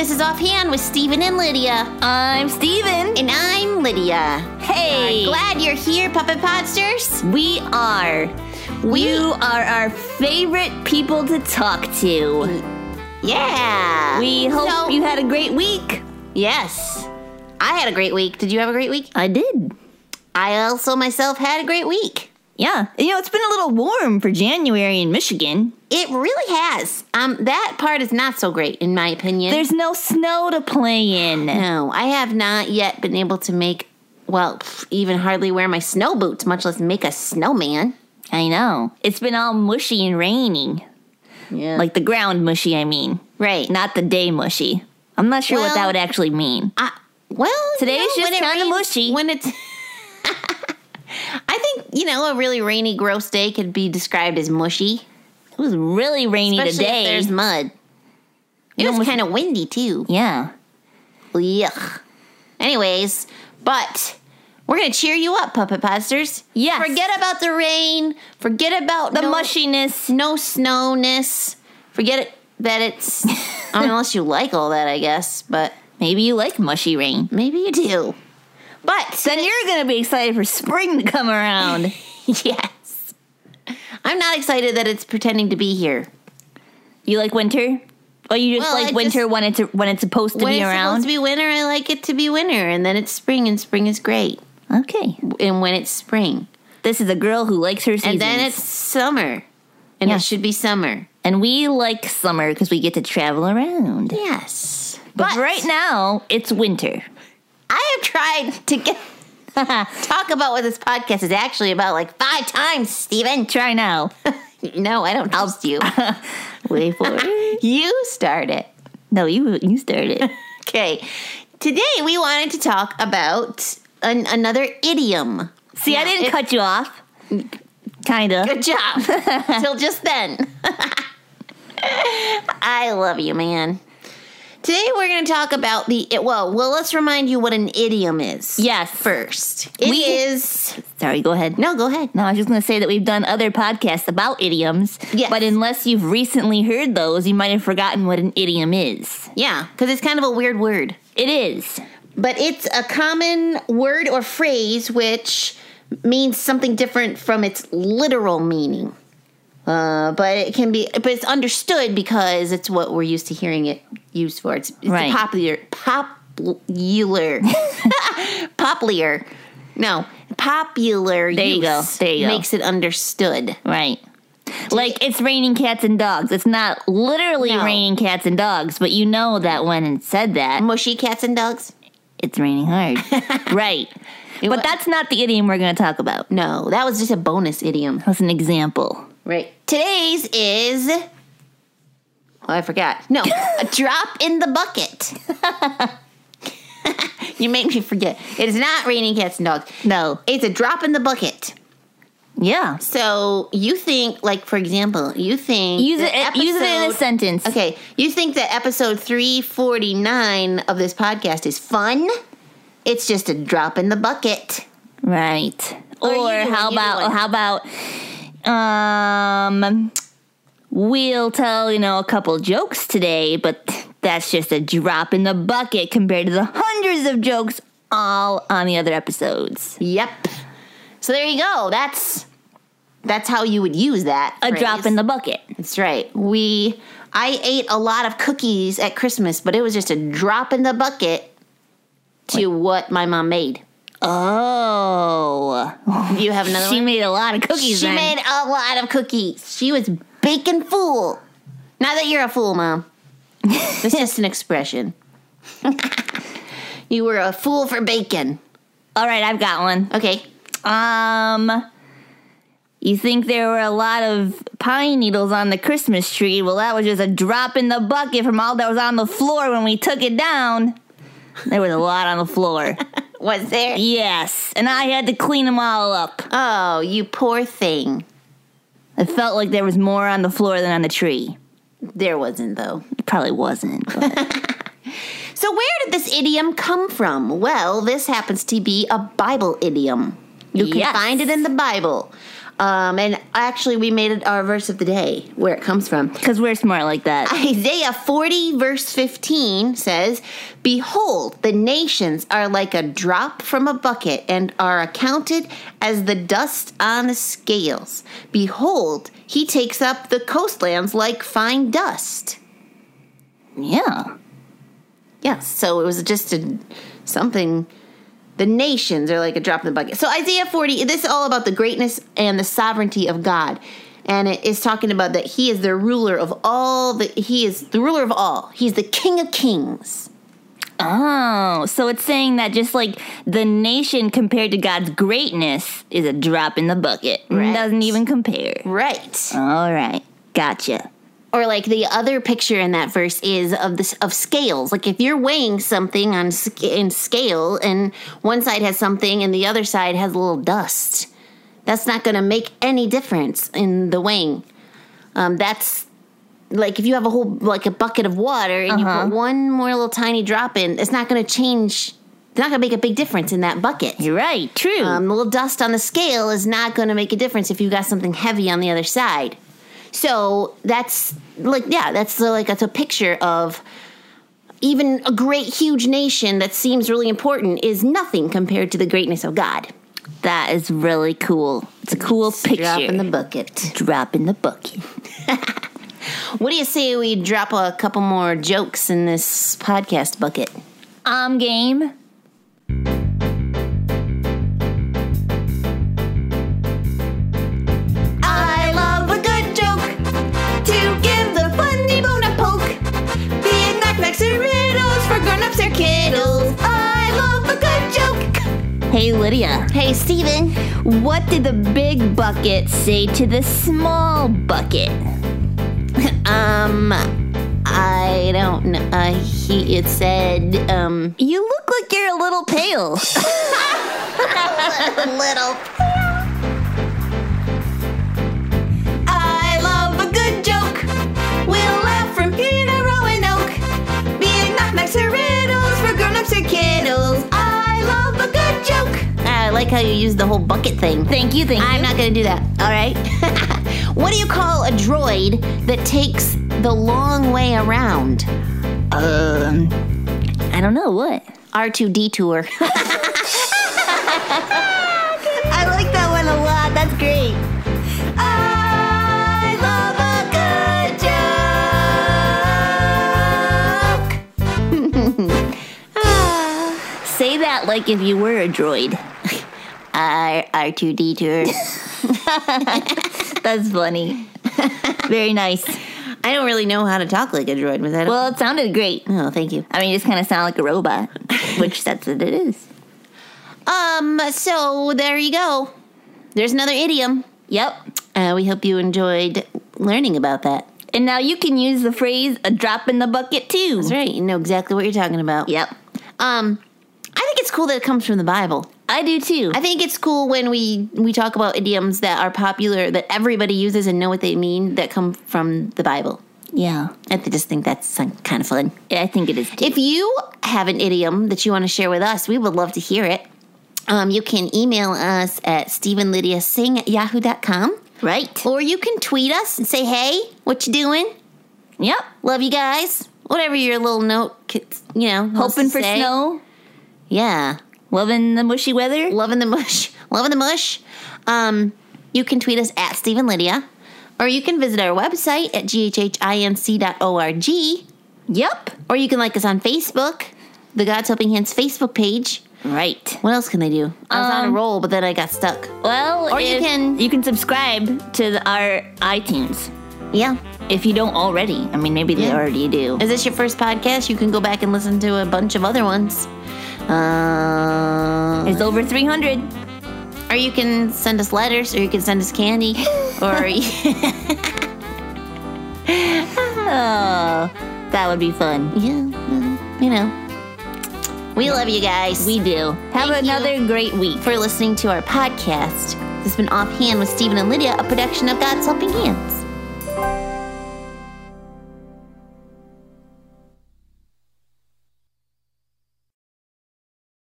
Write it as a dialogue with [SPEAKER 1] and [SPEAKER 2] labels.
[SPEAKER 1] This is Offhand with Steven and Lydia.
[SPEAKER 2] I'm Steven.
[SPEAKER 1] And I'm Lydia.
[SPEAKER 2] Hey.
[SPEAKER 1] Glad you're here, Puppet Podsters.
[SPEAKER 2] We are.
[SPEAKER 1] We-
[SPEAKER 2] you are our favorite people to talk to.
[SPEAKER 1] Yeah.
[SPEAKER 2] We hope
[SPEAKER 1] So-
[SPEAKER 2] you had a great week.
[SPEAKER 1] Yes. I had a great week. Did you have a great week?
[SPEAKER 2] I did.
[SPEAKER 1] I also myself had a great week.
[SPEAKER 2] Yeah. You know, it's been a little warm for January in Michigan.
[SPEAKER 1] It really has. Um, that part is not so great, in my opinion.
[SPEAKER 2] There's no snow to play in.
[SPEAKER 1] no, I have not yet been able to make, well, pff, even hardly wear my snow boots, much less make a snowman.
[SPEAKER 2] I know. It's been all mushy and raining.
[SPEAKER 1] Yeah. Like,
[SPEAKER 2] Like the ground mushy, I mean.
[SPEAKER 1] right.
[SPEAKER 2] Not the day mushy. I'm not sure what
[SPEAKER 1] Well-
[SPEAKER 2] that would actually mean.
[SPEAKER 1] I, well, you
[SPEAKER 2] Today's
[SPEAKER 1] know,
[SPEAKER 2] just
[SPEAKER 1] when it
[SPEAKER 2] kinda
[SPEAKER 1] rains-
[SPEAKER 2] mushy.
[SPEAKER 1] When it's, I think you know, a really rainy, gross day could be described as mushy,
[SPEAKER 2] It was really rainy
[SPEAKER 1] especially
[SPEAKER 2] today.
[SPEAKER 1] if there's mud. It was kind of windy too.
[SPEAKER 2] yeah.
[SPEAKER 1] Yuck. Anyways, but we're gonna cheer you up, puppet posters.
[SPEAKER 2] Yes.
[SPEAKER 1] Forget about the rain. Forget about
[SPEAKER 2] The
[SPEAKER 1] no,
[SPEAKER 2] mushiness.
[SPEAKER 1] no snowness. Forget it that it's. I mean, unless you like all that, I guess. But
[SPEAKER 2] Maybe you like mushy rain.
[SPEAKER 1] maybe you do.
[SPEAKER 2] But then you're gonna be excited for spring to come around.
[SPEAKER 1] yes. I'm not excited that it's pretending to be here.
[SPEAKER 2] you like winter? Or you just
[SPEAKER 1] Well, I
[SPEAKER 2] like winter
[SPEAKER 1] just-
[SPEAKER 2] when it's when it's supposed to
[SPEAKER 1] when
[SPEAKER 2] be
[SPEAKER 1] it's supposed
[SPEAKER 2] around?
[SPEAKER 1] to be winter, I like it to be winter, and then it's spring, and spring is great.
[SPEAKER 2] okay.
[SPEAKER 1] And when it's spring,
[SPEAKER 2] This is a girl who likes her seasons.
[SPEAKER 1] and then it's summer, and
[SPEAKER 2] Yeah.
[SPEAKER 1] it should be summer.
[SPEAKER 2] And we like summer because we get to travel around.
[SPEAKER 1] Yes,
[SPEAKER 2] But, right now, it's winter.
[SPEAKER 1] I have tried to get talk about what this podcast is actually about like five times, Steven.
[SPEAKER 2] Try now.
[SPEAKER 1] No, I don't trust you.
[SPEAKER 2] Wait for it.
[SPEAKER 1] you start it.
[SPEAKER 2] No, you you started.
[SPEAKER 1] Okay, today we wanted to talk about an, another idiom.
[SPEAKER 2] See, I
[SPEAKER 1] Yeah,
[SPEAKER 2] didn't
[SPEAKER 1] it-
[SPEAKER 2] cut you off. Kinda.
[SPEAKER 1] Good job. Till just then. I love you, man. Today we're going to talk about the it, well. Well, let's remind you what an idiom is.
[SPEAKER 2] Yes.
[SPEAKER 1] First, it is
[SPEAKER 2] We- Sorry. Go ahead.
[SPEAKER 1] no. Go ahead.
[SPEAKER 2] No, I was just going to say that we've done other podcasts about idioms,
[SPEAKER 1] Yes.
[SPEAKER 2] but unless you've recently heard those, you might have forgotten what an idiom is.
[SPEAKER 1] Yeah, because it's kind of a weird word,
[SPEAKER 2] It is.
[SPEAKER 1] but it's a common word or phrase which means something different from its literal meaning. Uh, but it can be, but it's understood because it's what we're used to hearing it used for. It's, it's
[SPEAKER 2] Right.
[SPEAKER 1] a popular, popular, popular. No, popular.
[SPEAKER 2] There you go,
[SPEAKER 1] use
[SPEAKER 2] there you go.
[SPEAKER 1] Makes it understood.
[SPEAKER 2] Right. Like it's raining cats and dogs. It's not literally
[SPEAKER 1] No.
[SPEAKER 2] raining cats and dogs, but you know that when it said that,
[SPEAKER 1] Mushy cats and dogs.
[SPEAKER 2] it's raining hard. right. but
[SPEAKER 1] wa-
[SPEAKER 2] that's not the idiom we're going to talk about.
[SPEAKER 1] No, that was just a bonus idiom.
[SPEAKER 2] That's an example.
[SPEAKER 1] Right. Today's is. Oh, I forgot. No, a drop in the bucket. you make me forget. It is not raining cats and dogs.
[SPEAKER 2] No.
[SPEAKER 1] It's a drop in the bucket.
[SPEAKER 2] Yeah.
[SPEAKER 1] So you think, like for example, you think
[SPEAKER 2] Use it,
[SPEAKER 1] that
[SPEAKER 2] use it in a
[SPEAKER 1] episode-
[SPEAKER 2] sentence.
[SPEAKER 1] Okay, you think that episode three forty nine of this podcast is fun? It's just a drop in the bucket.
[SPEAKER 2] Right. Or,
[SPEAKER 1] Or you do one,
[SPEAKER 2] how
[SPEAKER 1] you do
[SPEAKER 2] about
[SPEAKER 1] one.
[SPEAKER 2] how about um we'll tell, you know, a couple jokes today, but that's just a drop in the bucket compared to the hundreds of jokes all on the other episodes.
[SPEAKER 1] Yep. So there you go. That's that's how you would use that.
[SPEAKER 2] A drop in the bucket.
[SPEAKER 1] That's right. We I ate a lot of cookies at Christmas, but it was just a drop in the bucket to what my mom made.
[SPEAKER 2] Oh.
[SPEAKER 1] You have another
[SPEAKER 2] she
[SPEAKER 1] one?
[SPEAKER 2] made a lot of cookies
[SPEAKER 1] she
[SPEAKER 2] then.
[SPEAKER 1] made a lot of cookies. She was baking fool. Not that you're a fool, mom. It's just an expression. you were a fool for bacon.
[SPEAKER 2] all right, I've got one.
[SPEAKER 1] Okay.
[SPEAKER 2] Um you think there were a lot of pine needles on the Christmas tree? Well, that was just a drop in the bucket from all that was on the floor when we took it down. There was a lot on the floor.
[SPEAKER 1] Was there?
[SPEAKER 2] Yes, and I had to clean them all up.
[SPEAKER 1] Oh, you poor thing.
[SPEAKER 2] It felt like there was more on the floor than on the tree.
[SPEAKER 1] There wasn't though.
[SPEAKER 2] It probably wasn't. but-
[SPEAKER 1] So, where did this idiom come from? Well, this happens to be a Bible idiom. You can
[SPEAKER 2] Yes.
[SPEAKER 1] find it in the Bible. Um, and actually, we made it our verse of the day where it comes from.
[SPEAKER 2] Because we're smart like that.
[SPEAKER 1] Isaiah 40, verse 15 says, Behold, the nations are like a drop from a bucket and are accounted as the dust on the scales. Behold, he takes up the coastlands like fine dust.
[SPEAKER 2] yeah.
[SPEAKER 1] Yes, so it was just a, something. The nations are like a drop in the bucket. So Isaiah 40, this is all about the greatness and the sovereignty of God. And it is talking about that he is the ruler of all the he is the ruler of all. He's the king of kings.
[SPEAKER 2] Oh, so it's saying that just like the nation compared to God's greatness is a drop in the bucket.
[SPEAKER 1] Right.
[SPEAKER 2] Doesn't even compare.
[SPEAKER 1] Right.
[SPEAKER 2] All right. Gotcha.
[SPEAKER 1] Or like the other picture in that verse is of this of scales. Like if you're weighing something on sc- in scale, and one side has something and the other side has a little dust, that's not going to make any difference in the weighing. Um, that's like if you have a whole like a bucket of water and you put one more little tiny drop in, it's not going to change. It's not going to make a big difference in that bucket.
[SPEAKER 2] You're right. True.
[SPEAKER 1] Um, the little dust on the scale is not going to make a difference if you got something heavy on the other side. So that's like, yeah, that's uh, like that's a picture of even a great, huge nation that seems really important is nothing compared to the greatness of God.
[SPEAKER 2] that is really cool. It's a cool picture.
[SPEAKER 1] Drop in the bucket.
[SPEAKER 2] drop in the bucket.
[SPEAKER 1] What do you say we drop a couple more jokes in this podcast bucket?
[SPEAKER 2] Um, game.
[SPEAKER 1] I love a good joke to give the funny bone a poke. Being knickknacks and riddles for grown-ups or kiddles. I love a good joke.
[SPEAKER 2] Hey, Lydia.
[SPEAKER 1] Hey, Steven.
[SPEAKER 2] What did the big bucket say to the small bucket?
[SPEAKER 1] Um, I don't know. Uh, he it said um
[SPEAKER 2] You look like you're a little pale.
[SPEAKER 1] little. I love a good joke. We'll laugh from here to Roanoke. Being knockbacks or riddles for grown-ups or kiddles. I love a good joke. I like how you use the whole bucket thing.
[SPEAKER 2] Thank you, thank you.
[SPEAKER 1] I'm not gonna do that. All right. what do you call a droid that takes the long way around?
[SPEAKER 2] I don't know what.
[SPEAKER 1] R2 detour.
[SPEAKER 2] I like that one a lot. That's great.
[SPEAKER 1] I love a good joke.
[SPEAKER 2] Say that like if you were a droid.
[SPEAKER 1] R R2 detour.
[SPEAKER 2] That's funny. Very nice.
[SPEAKER 1] I don't really know how to talk like a droid, was that?
[SPEAKER 2] Well, it sounded great.
[SPEAKER 1] oh, thank you.
[SPEAKER 2] I mean, you just kind of sound like a robot, which that's what it is.
[SPEAKER 1] Um, so there you go. There's another idiom.
[SPEAKER 2] Yep.
[SPEAKER 1] Uh, we hope you enjoyed learning about that.
[SPEAKER 2] And now you can use the phrase a drop in the bucket too.
[SPEAKER 1] That's right. You know exactly what you're talking about.
[SPEAKER 2] Yep.
[SPEAKER 1] Um, I think it's cool that it comes from the Bible.
[SPEAKER 2] I do too.
[SPEAKER 1] I think it's cool when we we talk about idioms that are popular that everybody uses and know what they mean that come from the Bible.
[SPEAKER 2] yeah.
[SPEAKER 1] I th- just think that's some- kind of fun.
[SPEAKER 2] Yeah, I think it is too.
[SPEAKER 1] If you have an idiom that you want to share with us, we would love to hear it. Um, you can email us at stephenlydiasing at yahoo.com
[SPEAKER 2] right.
[SPEAKER 1] or you can tweet us and say, hey, what you doing?
[SPEAKER 2] Yep.
[SPEAKER 1] Love you guys. Whatever your little note, could- you know. wants
[SPEAKER 2] Hoping
[SPEAKER 1] to
[SPEAKER 2] for
[SPEAKER 1] say.
[SPEAKER 2] snow.
[SPEAKER 1] Yeah.
[SPEAKER 2] Loving the mushy weather.
[SPEAKER 1] loving the mush, loving the mush. Um, you can tweet us at Stephen Lydia, or you can visit our website at ghhinc.org,
[SPEAKER 2] Yep.
[SPEAKER 1] or you can like us on Facebook, the God's Helping Hands Facebook page.
[SPEAKER 2] Right.
[SPEAKER 1] What else can they do? I was on a
[SPEAKER 2] Um,
[SPEAKER 1] roll, but then I got stuck.
[SPEAKER 2] Well,
[SPEAKER 1] Or you
[SPEAKER 2] if-
[SPEAKER 1] can-
[SPEAKER 2] you can subscribe to the, our iTunes
[SPEAKER 1] Yeah.
[SPEAKER 2] if you don't already. I mean, maybe they
[SPEAKER 1] Yeah.
[SPEAKER 2] already do.
[SPEAKER 1] Is this your first podcast? You can go back and listen to a bunch of other ones. Uh,
[SPEAKER 2] It's over 300.
[SPEAKER 1] or you can send us letters, or you can send us candy, or
[SPEAKER 2] Oh, that would be fun.
[SPEAKER 1] Yeah, well, you know. We love you guys.
[SPEAKER 2] We do. Have
[SPEAKER 1] Thank you.
[SPEAKER 2] another great week.
[SPEAKER 1] for listening to our podcast. This has been Offhand with Stephen and Lydia, a production of God's Helping Hands.